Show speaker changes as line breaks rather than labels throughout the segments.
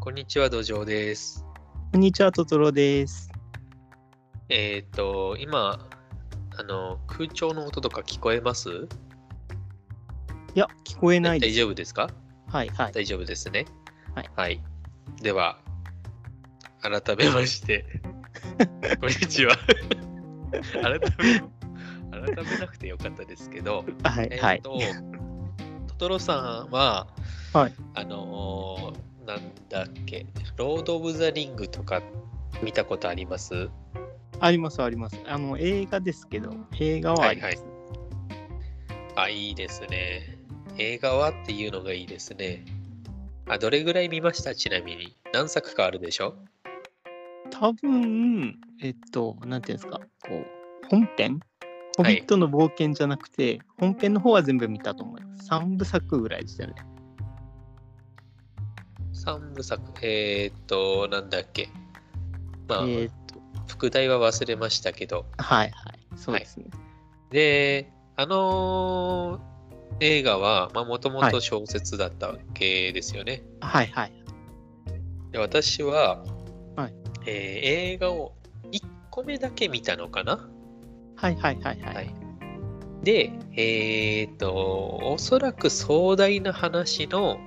こんにちは、土壌です。
こんにちは、トトロです。
えっ、と、今、あの、空調の音とか聞こえます
いや、聞こえない
大
です。
丈夫ですか
はいはい。
大丈夫ですね。
はい。
では、改めま して、こんにちは。改め、改めなくてよかったですけど、
はい
えっ、
はい。
と、トトロさんは、
はい
あのーなんだっけ、ロード・オブ・ザ・リングとか見たことあります
ありますあります。あの、映画ですけど、映画はあります。
あ、いいですね。映画はっていうのがいいですね。あ、どれぐらい見ましたちなみに。何作かあるでしょ
多分、えっと、なんていうんですか、こう、本編ホ
は
ビ
い
ットの冒険じゃなくて、本編の方は全部見たと思います。3部作ぐらいでしたね。
?3 部作。えー、っと、なんだっけ。まあ、
えーっ
副題は忘れましたけど。
と、はいはい。そうですね。
で、あのー映画は、まあ、もとも
は
と
い
小説だったわけですよね。
はいはい。
で私は、
はい
えー映画を1個目だけ見たのかな
はいはいはいは
はいい。で、えっ、と、おそらく壮大な話の、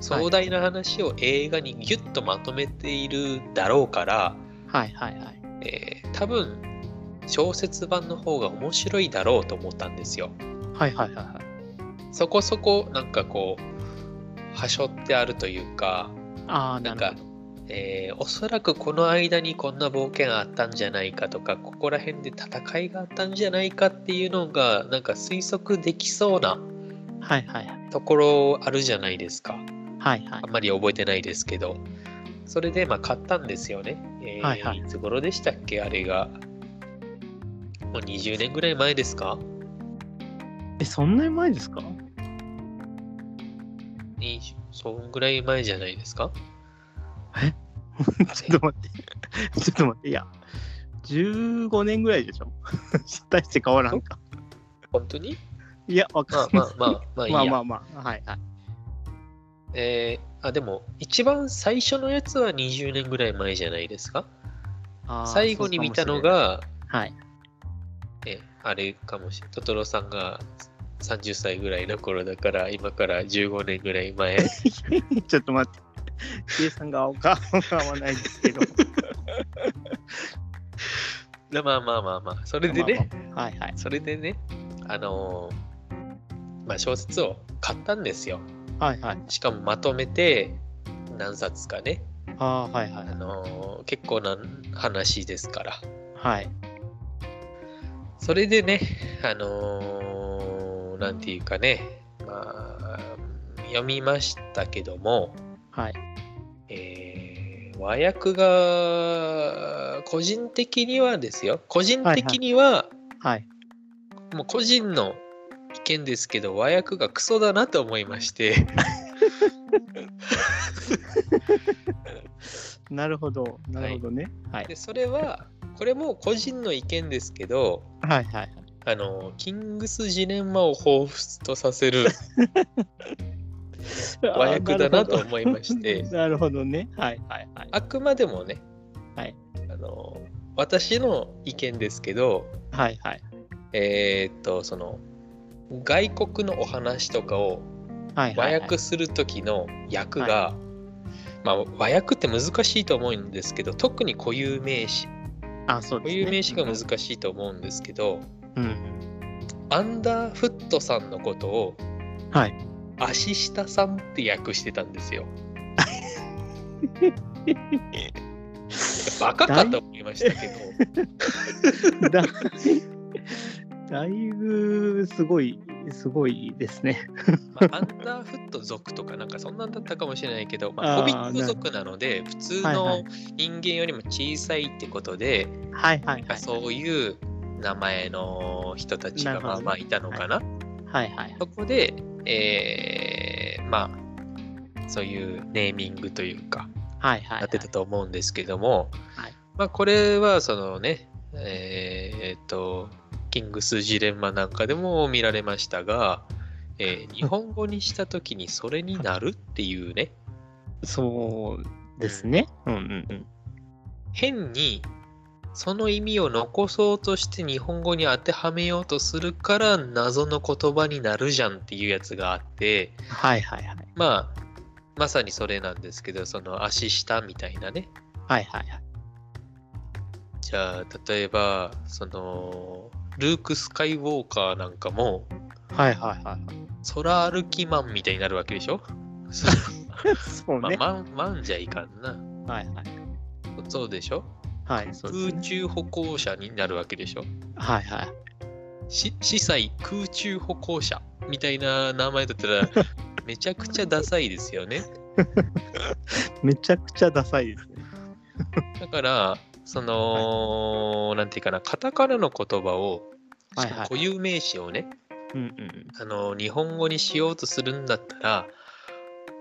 壮大な話を映画にギュッとまとめているだろうから、
はいはいはい。
えー多分小説版の方が面白いだろうと思ったんですよ。
はいはいはいはい。
そこそこなんかこう、はしょってあるというか、
ああ、
な
なんる
か
ほど。、
えーおそらくこの間にこんな冒険あったんじゃないかとか、ここら辺で戦いがあったんじゃないかっていうのが、なんか推測できそうな
はいはいはい。
ところあるじゃないですか。
はいはい
あん。まり覚えてないですけど。それでまあ買ったんですよね。えー、
はいいはい
つ頃でしたっけあれが。もう20年ぐらい前ですか
え、そんなに前ですか
20そんぐらい前じゃないですか
ちょっと待って。ちょっと待って。いや、15年ぐらいでしょ。 大して変わらんか。
本当に
いや、わ
ま
か
あ
ん
ま
ない
あ。まあまあいいや。
まあまあまあ。はいはい。
えーあでも一番最初のやつは20年ぐらい前じゃないですか
あー
最後に見たの、が
そうかもしれない
えあれかもしれないトトロさんが30歳ぐらいの頃だから今から15年ぐらい前
はい。 ちょっと待って。K さんが顔が合わないです けど。
なまあまあまあまあそれでね、
まあまあはいはい。
それでねあのーまあ小説を買ったんですよ
はいはい。
しかもまとめて何冊かね、
ああー、はいは
あ
い。
のー結構な話ですから
はい。
それでね、あのーなんていうかね、まあ、読みましたけども、
はい。
えー和訳が、個人的にはですよ、個人的には、
はい。
もう個人の意見ですけど、和訳がクソだなと思いまして、
なるほど。なるほどね。はい。
でそれは、これも個人の意見ですけど、
はいはい。
あのキングスジレンマを彷彿とさせ る和訳だなと思いまして
あー。なるほどなるほどね。はいはいはい。
あくまでもね、
はい
あの私の意見ですけど、
はいはい。
えーっとその外国のお話とかを
はいは
和
いはい。
訳する時の訳が、まあ、和訳って難しいと思うんですけど特に固有名詞
あ、そう
固
です、ね。
有名詞が難しいと思うんですけど、
うん。
アンダーフットさんのことを
はい。
足下さんって訳してたんですよ。バカかと思いました けど。
だだいぶすごい、すごいですね。
まあ、アンダーフット族とかなんかそんなんだったかもしれないけど、まあ、
あー
ホビット族なので普通
はいは
の
い
人間よりも小さいってことで、
はいはいはい。
そういう名前の人たち
な
が
るほど
まあまあいたのかな。
はいはい。
そこで、えーまあそういうネーミングというか
はいはい。
なってたと思うんですけども、
はい
まあ、これはそのねえーえっとキングスジレンマなんかでも見られましたが、えー日本語にした時にそれになるっていうね
そうですね。うんうんうん。
変にその意味を残そうとして日本語に当てはめようとするから謎の言葉になるじゃんっていうやつがあって
はいはいはい。
まあまさにそれなんですけどその足下みたいなね
はいはいはい。
じゃあ例えばそのルーク・スカイウォーカーなんかも
はいはいはい。
空歩きマンみたいになるわけでしょ
そう
まあ
ね。
マンマンじゃいかんな
はいはい。
そうでしょ
はい、そうです
空
ね。
中歩行者になるわけでしょ
はいはい。
し司祭空中歩行者みたいな名前だったらめちゃくちゃダサいですよね
めちゃくちゃダサいですね。
だからその、なんていうかなカタカナの言葉を
はいはい
固有名詞をね、
うんうん。
あの日本語にしようとするんだったら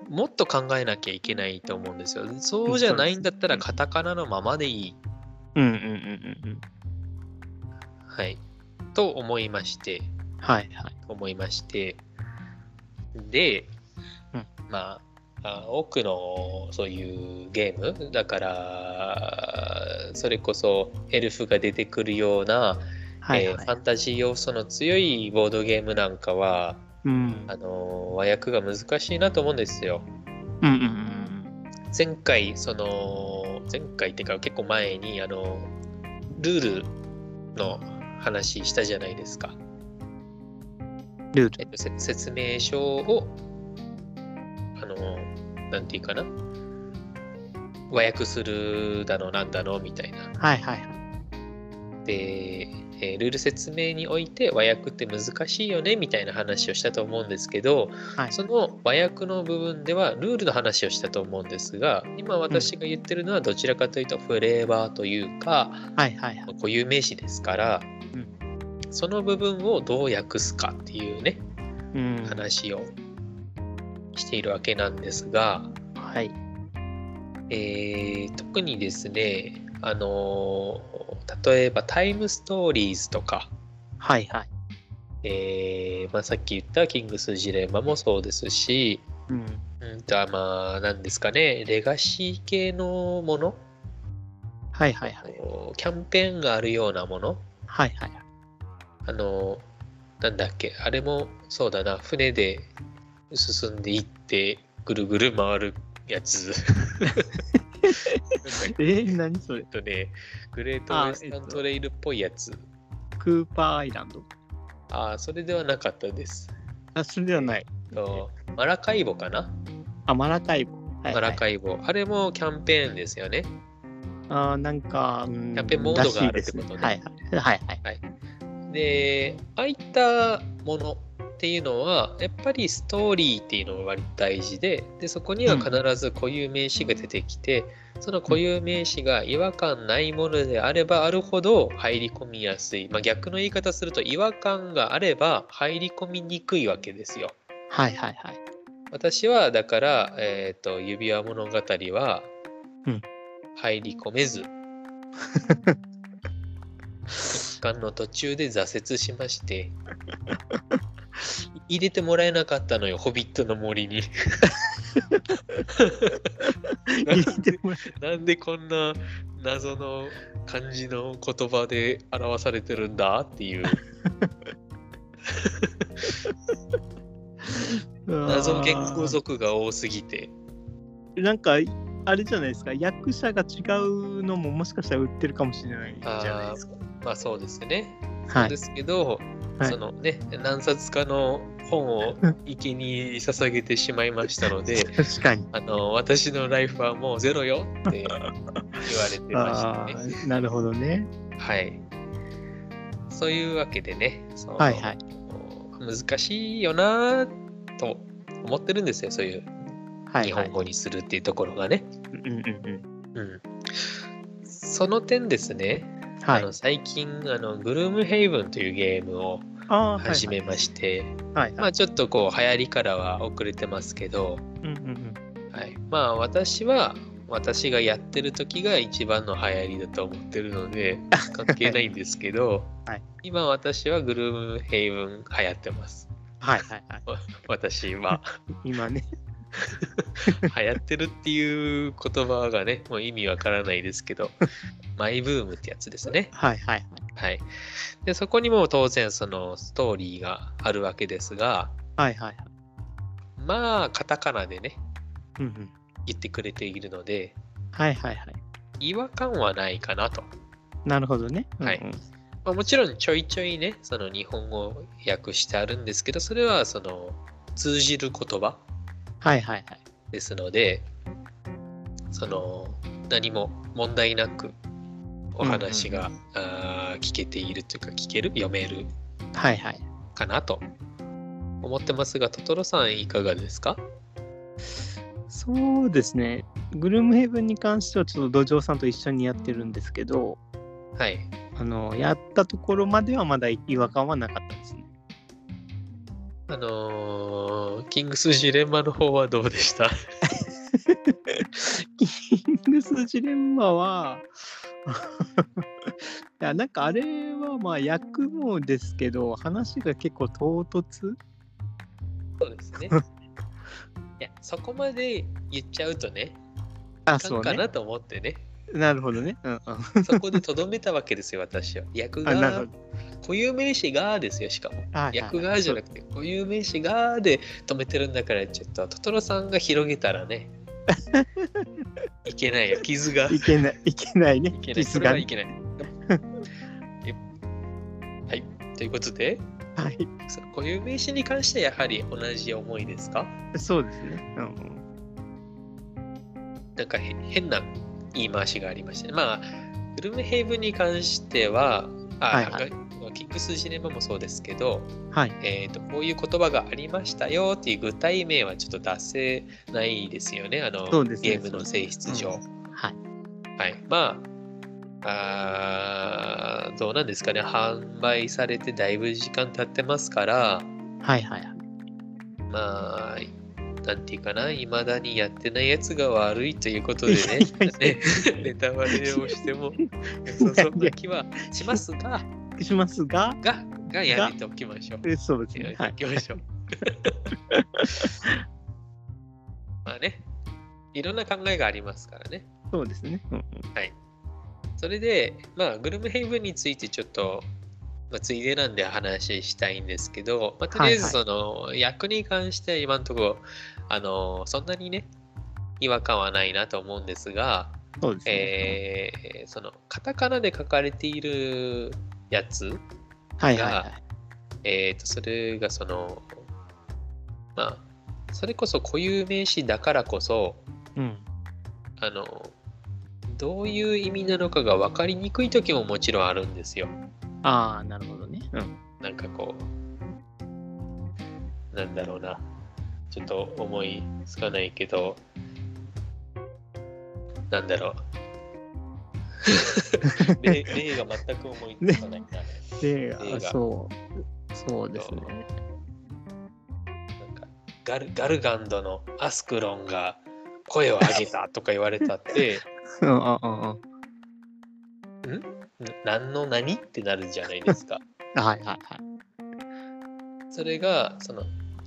もっと考えなきゃいけないと思うんですよそうじゃないんだったらカタカナのままでいい、
うんうんうんうん。
はい、と思いまして
はいはい。
思いましてで、
うん
まああ多くのそういうゲームだからそれこそエルフが出てくるような、
はい
えー
は
フ
い。
ァンタジー要素の強いボードゲームなんかは
うん。
あの和訳が難しいなと思うんですよ。
うんうんうん
前回その前回っていうか結構前にあのルールの話したじゃないですか。
うん。ルー
え
ル。
っと、せ説明書をあのなんていうかな和訳するだのなんだのみたいな
はいはいはい。
で、えールール説明において和訳って難しいよねみたいな話をしたと思うんですけど、
はい
その和訳の部分ではルールの話をしたと思うんですが今私が言ってるのはどちらかというとフレーバーというか
はいはいはい。
固有名詞ですから、
うん
その部分をどう訳すかっていうね
うん。
話をしているわけなんですが、
はい。
えー特にですね、あのー例えばタイムストーリーズとか、
はいはい。
えーまあ、さっき言ったキングスジレンマもそうですし、
うん。
うんとまあ、なんですかね、レガシー系のもの、
はいはいはい。
こうキャンペーンがあるようなもの、
はいはいはい。
あのーなんだっけ、あれもそうだな、船で進んでいって、ぐるぐる回るやつ。
えー、何それ
えっとね、グレートウエスタントレイルっぽいやつ。
クーパーアイランド
ああ、それではなかったです。
あ、それではない。
とマラカイボかな、
あ、マラタイボ。はいはい
マラカイボ。あれもキャンペーンですよね。
あーなんか、うん
やっぱりモードがある
らしいです
ってことね
はいはいはいはい。
で、ああいったものっていうのは、やっぱりストーリーっていうのが割と大事で、でそこには必ず固有名詞が出てきて、その固有名詞が違和感ないものであればあるほど入り込みやすい。まあ、逆の言い方すると、違和感があれば入り込みにくいわけですよ。
はいはいはい。
私はだから、えー、と指輪物語は
うん
入り込めず、期間の途中で挫折しまして 入れてもらえなかったのよ「ホビットの森に」
入れてもらえ
なんでこんな謎の漢字の言葉で表されてるんだっていう謎言語族が多すぎて
なんか、あれじゃないですか、役者が違うのももしかしたら売ってるかもしれないじゃないですか。
まあそうですね
は
で
い。
すけど、
はい
そのね何冊かの本を池に捧げてしまいましたので
確かに。
あの私のライフはもうゼロよって言われてました
ああ
ね。
ー、なるほどね。
はい、そういうわけでねその
はいはい。
難しいよなと思ってるんですよそういう
はい
日
はい。
本語にするっていうところがね。
うんうんうん。
うん、その点ですね、
はい
あの。最近あのグルームヘイブンというゲームを
ああ、はい
始めまして。
はい
ま
はい。
あちょっとこう流行りからは遅れてますけど、
うんうんうん。
はい、まあ私は私がやってる時が一番の流行りだと思ってるので関係ないんですけど、
はい
今私はグルームヘイブン流行ってます
はいはいはい。
私は
今ね。
流行ってるっていう言葉がね、もう意味わからないですけど、マイブームってやつですね。
はいはい。
はい。で、そこにも当然そのストーリーがあるわけですが、
はいはい。
まあ、カタカナでね、
うんうん。
言ってくれているので、
はいはいはい。
違和感はないかなと。
なるほどね。うんうん
はいまあ、もちろんちょいちょいね、その日本語を訳してあるんですけど、それはその通じる言葉
はいはいはい。
ですので、その何も問題なくお話が、あー聞けているというか、聞ける、読める
はいはい。
かなと思ってますが、トトロさんいかがですか
そうですね。グルームヘイブンに関しては、ちょっと土壌さんと一緒にやってるんですけど、
はい。
あの、やったところまではまだ違和感はなかったですね。
あのーキングスジレンマの方はどうでした
キングスジレンマは、 いやなんかあれはまあ役もですけど話が結構唐突
そうです ね。いや、そこまで言っちゃうとね、あ
あ
か
そうん
か
ね
なと思ってね、
なるほどねうんうん
そこでとどめたわけですよ、私は。役
あなるほ
が
ど、
固有名詞がですよ、しかも。
はいはいはい
役がじゃなくて固有名詞がで止めてるんだから、ちょっとトトロさんが広げたらね、いけないよ、 傷が。
いけない、いけないね。
いけない。そ
実
れ
が
は
ね
いけ ない。えはい。ということで、
はい。
その固有名詞に関してやはり同じ思いですか
そうですね。うん
なんかへ変な言い回しがありましたね。まあ、グルメヘイブンに関しては、あ、
はいはい
がキックスジネマもそうですけど、
うん。はい。
えーと、こういう言葉がありましたよっていう具体名はちょっと出せないですよね、あの
そうですね
ゲームの性質上。
はい。
はい、まああーどうなんですかね販売されてだいぶ時間経ってますから
はいはいはい。
まあなんていうかないまだにやってないやつが悪いということでねね ネタバレをして もそうそんな気はしますが
しますが、
ががやめておきましょう。
えそうです
やめ
ね。
て
は
お
い。
きましょう。 まあねいろんな考えがありますからね。
そうですね。うんうん
それで、まあ、グルムヘイブンについてちょっと、まあ、ついでなんで話したいんですけど、まあ、とりあえず
はいは
その、役に関しては今のところあのそんなにね違和感はないなと思うんですが、
そうですね。
えーそのカタカナで書かれているやつ、
はいはいはい。
えー、とそれがそのまあそれこそ固有名詞だからこそ
うん。
あのどういう意味なのかが分かりにくい時ももちろんあるんですよ。
ああ、なるほどね。うん。
なんかこう、なんだろうな、ちょっと思いつかないけど、なんだろう。例例が全く思いつかないな。
で、
映画
あそう。そうですね。
なんかガルガルガンドのアスクロンが声を上げたとか言われたって、
うんうんうんうん。
ん何の何ってなるじゃないですか。
はいはいはい。
それがその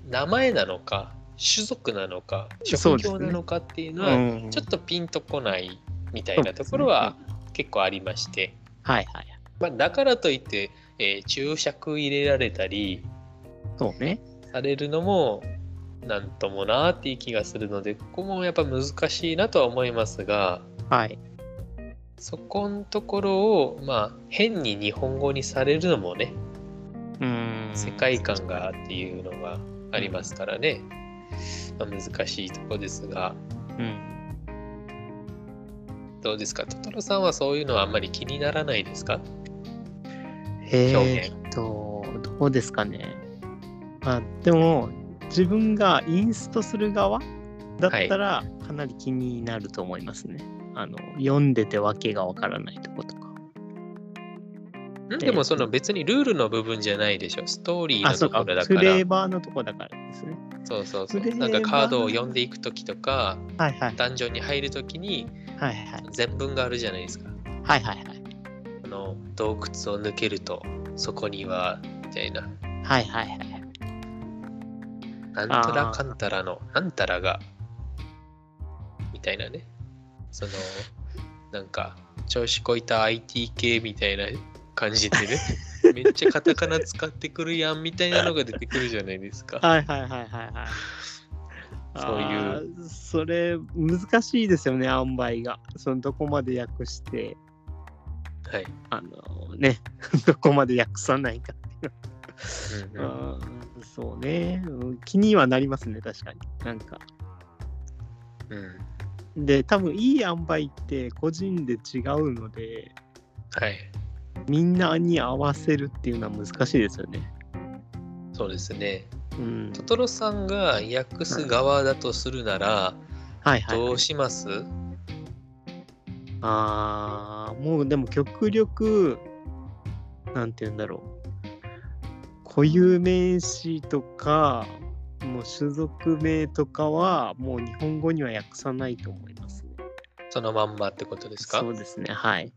名前なのか、種族なのか、
そう
職
ですね
業なのかっていうのは、
うん
ちょっとピンとこないみたいなところは結構ありまして、
はいはいはい。
まあ、だからといって、えー注釈入れられたり
そうね。
されるのもなんともなーっていう気がするのでここもやっぱ難しいなとは思いますが
はい。
そこのところをまあ変に日本語にされるのもね
うーん。
世界観がっていうのがありますからね、まあ、難しいとこですが
うん。
どうですかトトロさんはそういうのはあんまり気にならないですか
えーっと、どうですかね。あでも、自分がインストする側だったら、かなり気になると思いますね。あの読んでてわけがわからないとことか。
んでもその別にルールの部分じゃないでしょ。ストーリー
あ、
の
そう
と
か、
ころだ
フ
から。
レーバーのとこだからですね。
そうそうそう
フレーバ
なん
ー
かカードを読んでいくときとか、
はいはい。
ダンジョンに入るときに
はいはい。
全文があるじゃないですか。
はいはいはい。
あの洞窟を抜けるとそこにはみたいな。
はいはいはい。
なんたらかんたらのなんたらがたいなねそのなんか調子こいた IT 系みたいな感じで ねめっちゃカタカナ使ってくるやんみたいなのが出てくるじゃないですか。
はいはいはいはいはい。
そういう
う。それ難しいですよね、塩梅が。そのどこまで訳して、
はい、
あのね、どこまで訳さないか。
うんうん
あーそうね、うん気にはなりますね、確かに。なんか。
うん
で、多分いい塩梅って個人で違うので、
はい、
みんなに合わせるっていうのは難しいですよね。
そうですね。
うん
ト。トロさんが訳す側だとするなら、
はいはい、
ど
は
う
い。
します、
ああ、もうでも極力、なんて言うんだろう。固有名詞とか、もう種族名とかは、もう日本語には訳さないと思いますね。
そのまんまってことですか
そうですね、はい。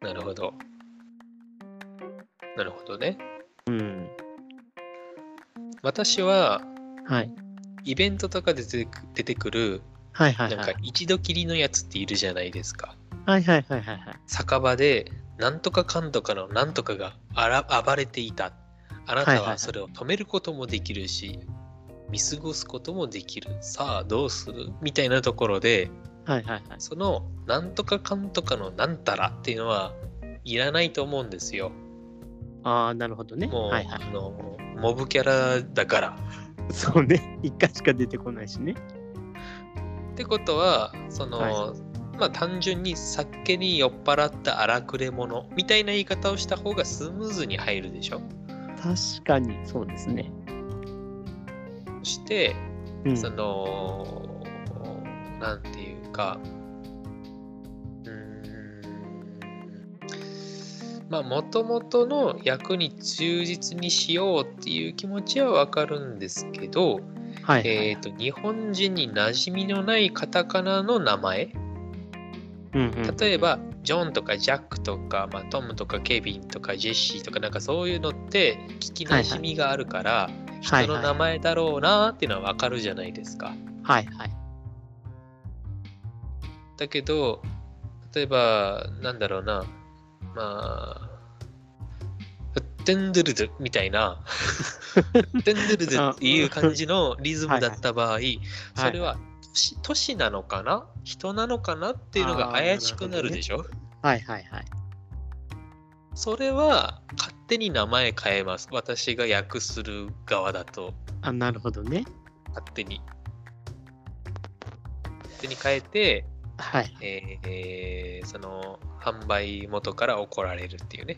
なるほど。なるほどね。
うん。
私は
はい。
イベントとかで出てく出てくる
はいはい
なん
は
か
い。
一度きりのやつっているじゃないですか。
はいはいはいはいはい。
酒場でなんとかかんとかのなんとかがあら暴れていた。あな
はい
た
はいは
はいそれを止めることもできるし、見過ごすこともできる。さあどうするみたいなところで、
はいはいはい。
そのなんとかかんとかのなんたらっていうのはいらないと思うんですよ。
ああ、なるほどね。
もう、
はいはい
あ。のモブキャラだから。
そうね。 一回しか出てこないしね。
ってことはその、
は
まあ単純に酒に酔っ払った荒くれ者みたいな言い方をした方がスムーズに入るでしょ
確かに、そうですね。
そして、
うん。
そのなんていうかうーんまあもともとの役に忠実にしようっていう気持ちはわかるんですけど、
はいはい、
えー、と日本人に馴染みのないカタカナの名前、
うんうん、
例えばジョンとかジャックとか、まあ、トムとかケビンとかジェシーとかなんかそういうのって聞きなじみがあるから、
はい
人の名前だろうなっていうのは分かるじゃないですか。
はいはい。
だけど例えばなんだろうなまあフッテンドゥルドゥみたいなフッテンドゥルドゥっていう感じのリズムだった場合それは都市都市なのかな人なのかなっていうのが怪しくなるでしょ
はいはいはい。
それは勝手に名前変えます。私が訳する側だと
あ、なるほどね。
勝手に。勝手に変えて、
はい。
えーえーその販売元から怒られるっていう ね。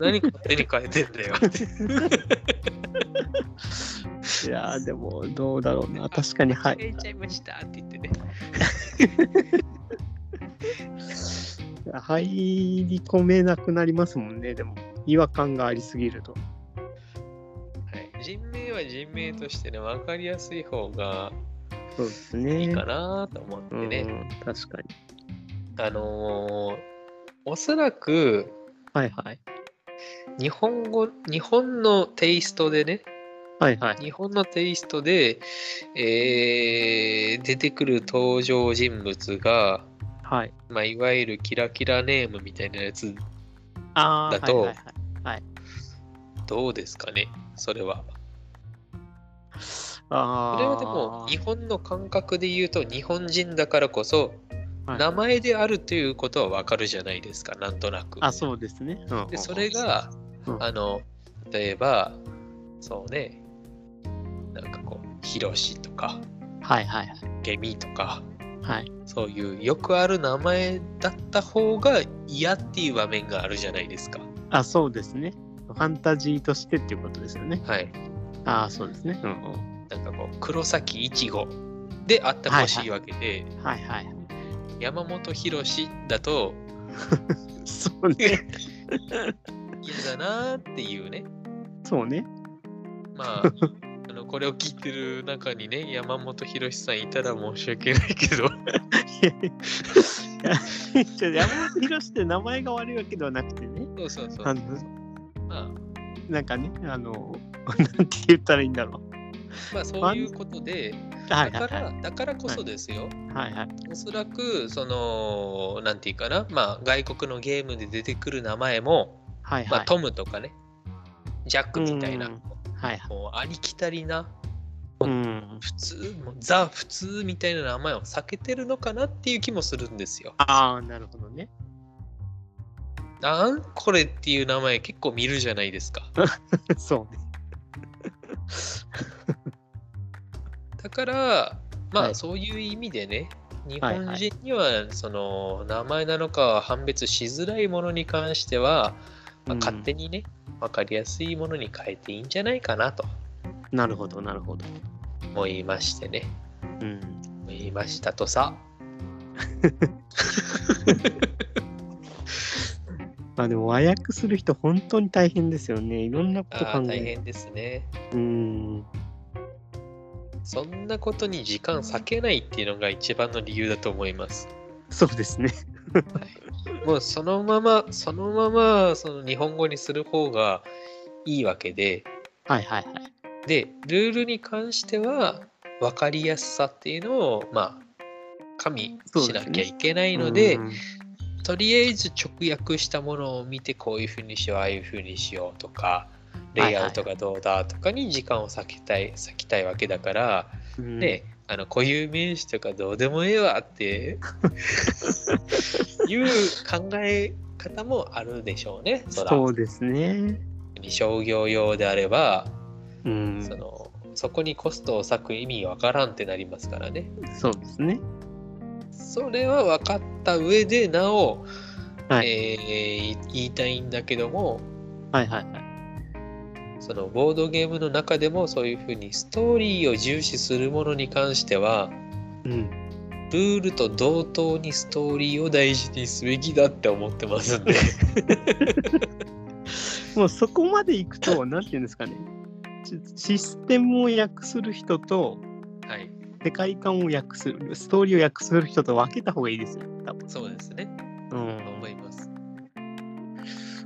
何勝手に変えてんだよって。
いやーでも、どうだろうな。確かに、は
変え
い。
ちゃいましたって言ってね。
入り込めなくなりますもんね。でも、違和感がありすぎると。
はい、人名は人名としてね、分かりやすい方が
そうですね。
いいかなと思って
うん、
ね。
確かに。
あのーおそらく、
はいはい。
日本語日本のテイストでね
はいはい。
日本のテイストで、えー出てくる登場人物が、
はい。
まあ、いわゆるキラキラネームみたいなやつ
ああ、
だと
はいはいはい
どうですかねそれは。
あ
そ
ー
れはでも日本の感覚で言うと日本人だからこそ
はい
名前であるということはわかるじゃないですかなんとなく。
あ、そうですね。うんうんうん
でそれ、が、
うん
あの例えばそうねなんかこうヒロシとか
はいはいはい。
ゲミとか。
はい。
そういうよくある名前だった方が嫌っていう場面があるじゃないですか。
あ、そうですね。ファンタジーとしてっていうことですよね。
はい。
ああ、そうですね。うんうん。
なんかこう、黒崎いちごであってほしいわけで、
はいはい。
山本博だと
そう ね。
嫌だなーっていうね。
そうね。
まあ、あのこれを聞いてる中にね、山本博さんいたら申し訳ないけど、
いやいやちょっと山本博って名前が悪いわけではなくてね。
そうそうそう。
あの
まあ、
なんかね、あの、なんて言ったらいいんだろ
まあ、そういうことで、
う。
だ
はいはい
から、
は
だからこそですよ。
い。はいはい。
おそらく、その、なんていうかな、まあ、外国のゲームで出てくる名前も、
はい
ま
は
あ、
い。
トムとかね、ジャックみたいな、
うん
も
はいはいう
ありきたりな、
うん。
普通、もうザ・普通みたいな名前を避けてるのかなっていう気もするんですよ。
ああ、なるほどね。
なんこれっていう名前結構見るじゃないですか。
そうね。
だから、まあ、
はい
そういう意味でね、日
はい
本人にはその名前なのかは判別しづらいものに関しては、まあ
うん
勝手にね、分かりやすいものに変えていいんじゃないかなと
なるほど、なるほど。
思いましてね、
うん。
思いましたとさ。
まあでも和訳する人本当に大変ですよね。いろんなこと
ああ、
考
大
え
変ですね。
る。うん。
そんなことに時間割けないっていうのが一番の理由だと思います。
そうですね。
もうそのまま、そのまま、その日本語にする方がいいわけで、
はいはいはい。
でルールに関しては分かりやすさっていうのをまあ加味しなきゃいけないので
うん
とりあえず直訳したものを見てこういうふうにしようああいうふうにしようとかレイアウトがどうだとかに時間を割きたい割きたいわけだから、
うん
ねあの固有名詞とかどうでもええわって いう考え方もあるでしょうね。そら
そうですね。
商業用であれば
うん。
そのそこにコストを割く意味わからんってなりますからね
そうですね。
それは分かった上でなお、
はい
えー言いたいんだけども
はいはいはい。
そのボードゲームの中でもそういうふうにストーリーを重視するものに関しては
うん。
ルールと同等にストーリーを大事にすべきだって思ってますんで
もうそこまで行くと、なんていうんですかね。シシステムを訳する人と
はい
世界観を訳するストーリーを訳する人と分けた方がいいですよ。多分
そうですね
うん
思います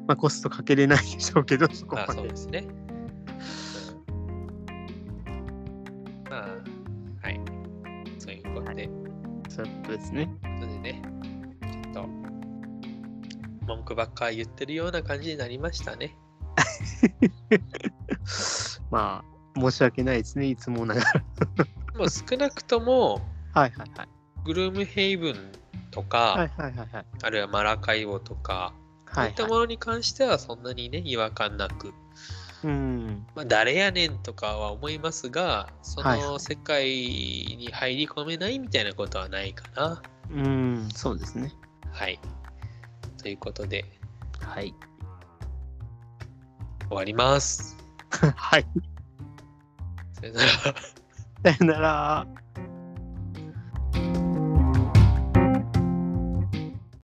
まあ、コストかけれないでしょうけど、そこ
ま
ま
あそう
で
で。すねうんまあはいそういうことで
そういうことですね。
ということでね、ちょっと文句ばっか言ってるような感じになりましたね。
まあ、申し訳ないですね、いつもながら。
もう少なくとも、
はいはいはい。
グルームヘイブンとか、
はいはいはいはい。
あるいはマラカイボとか、
はい
そういった
は
ものに関してはそんなにね、違和感なく、
い、うん。
まあ、誰やねんとかは思いますが、そ
はいは
の世界に入り込めないみたいなことはないかな。
うん、そうですね。
はい。ということで、
はい。
終わります。
はい。
さよなら。
さよなら。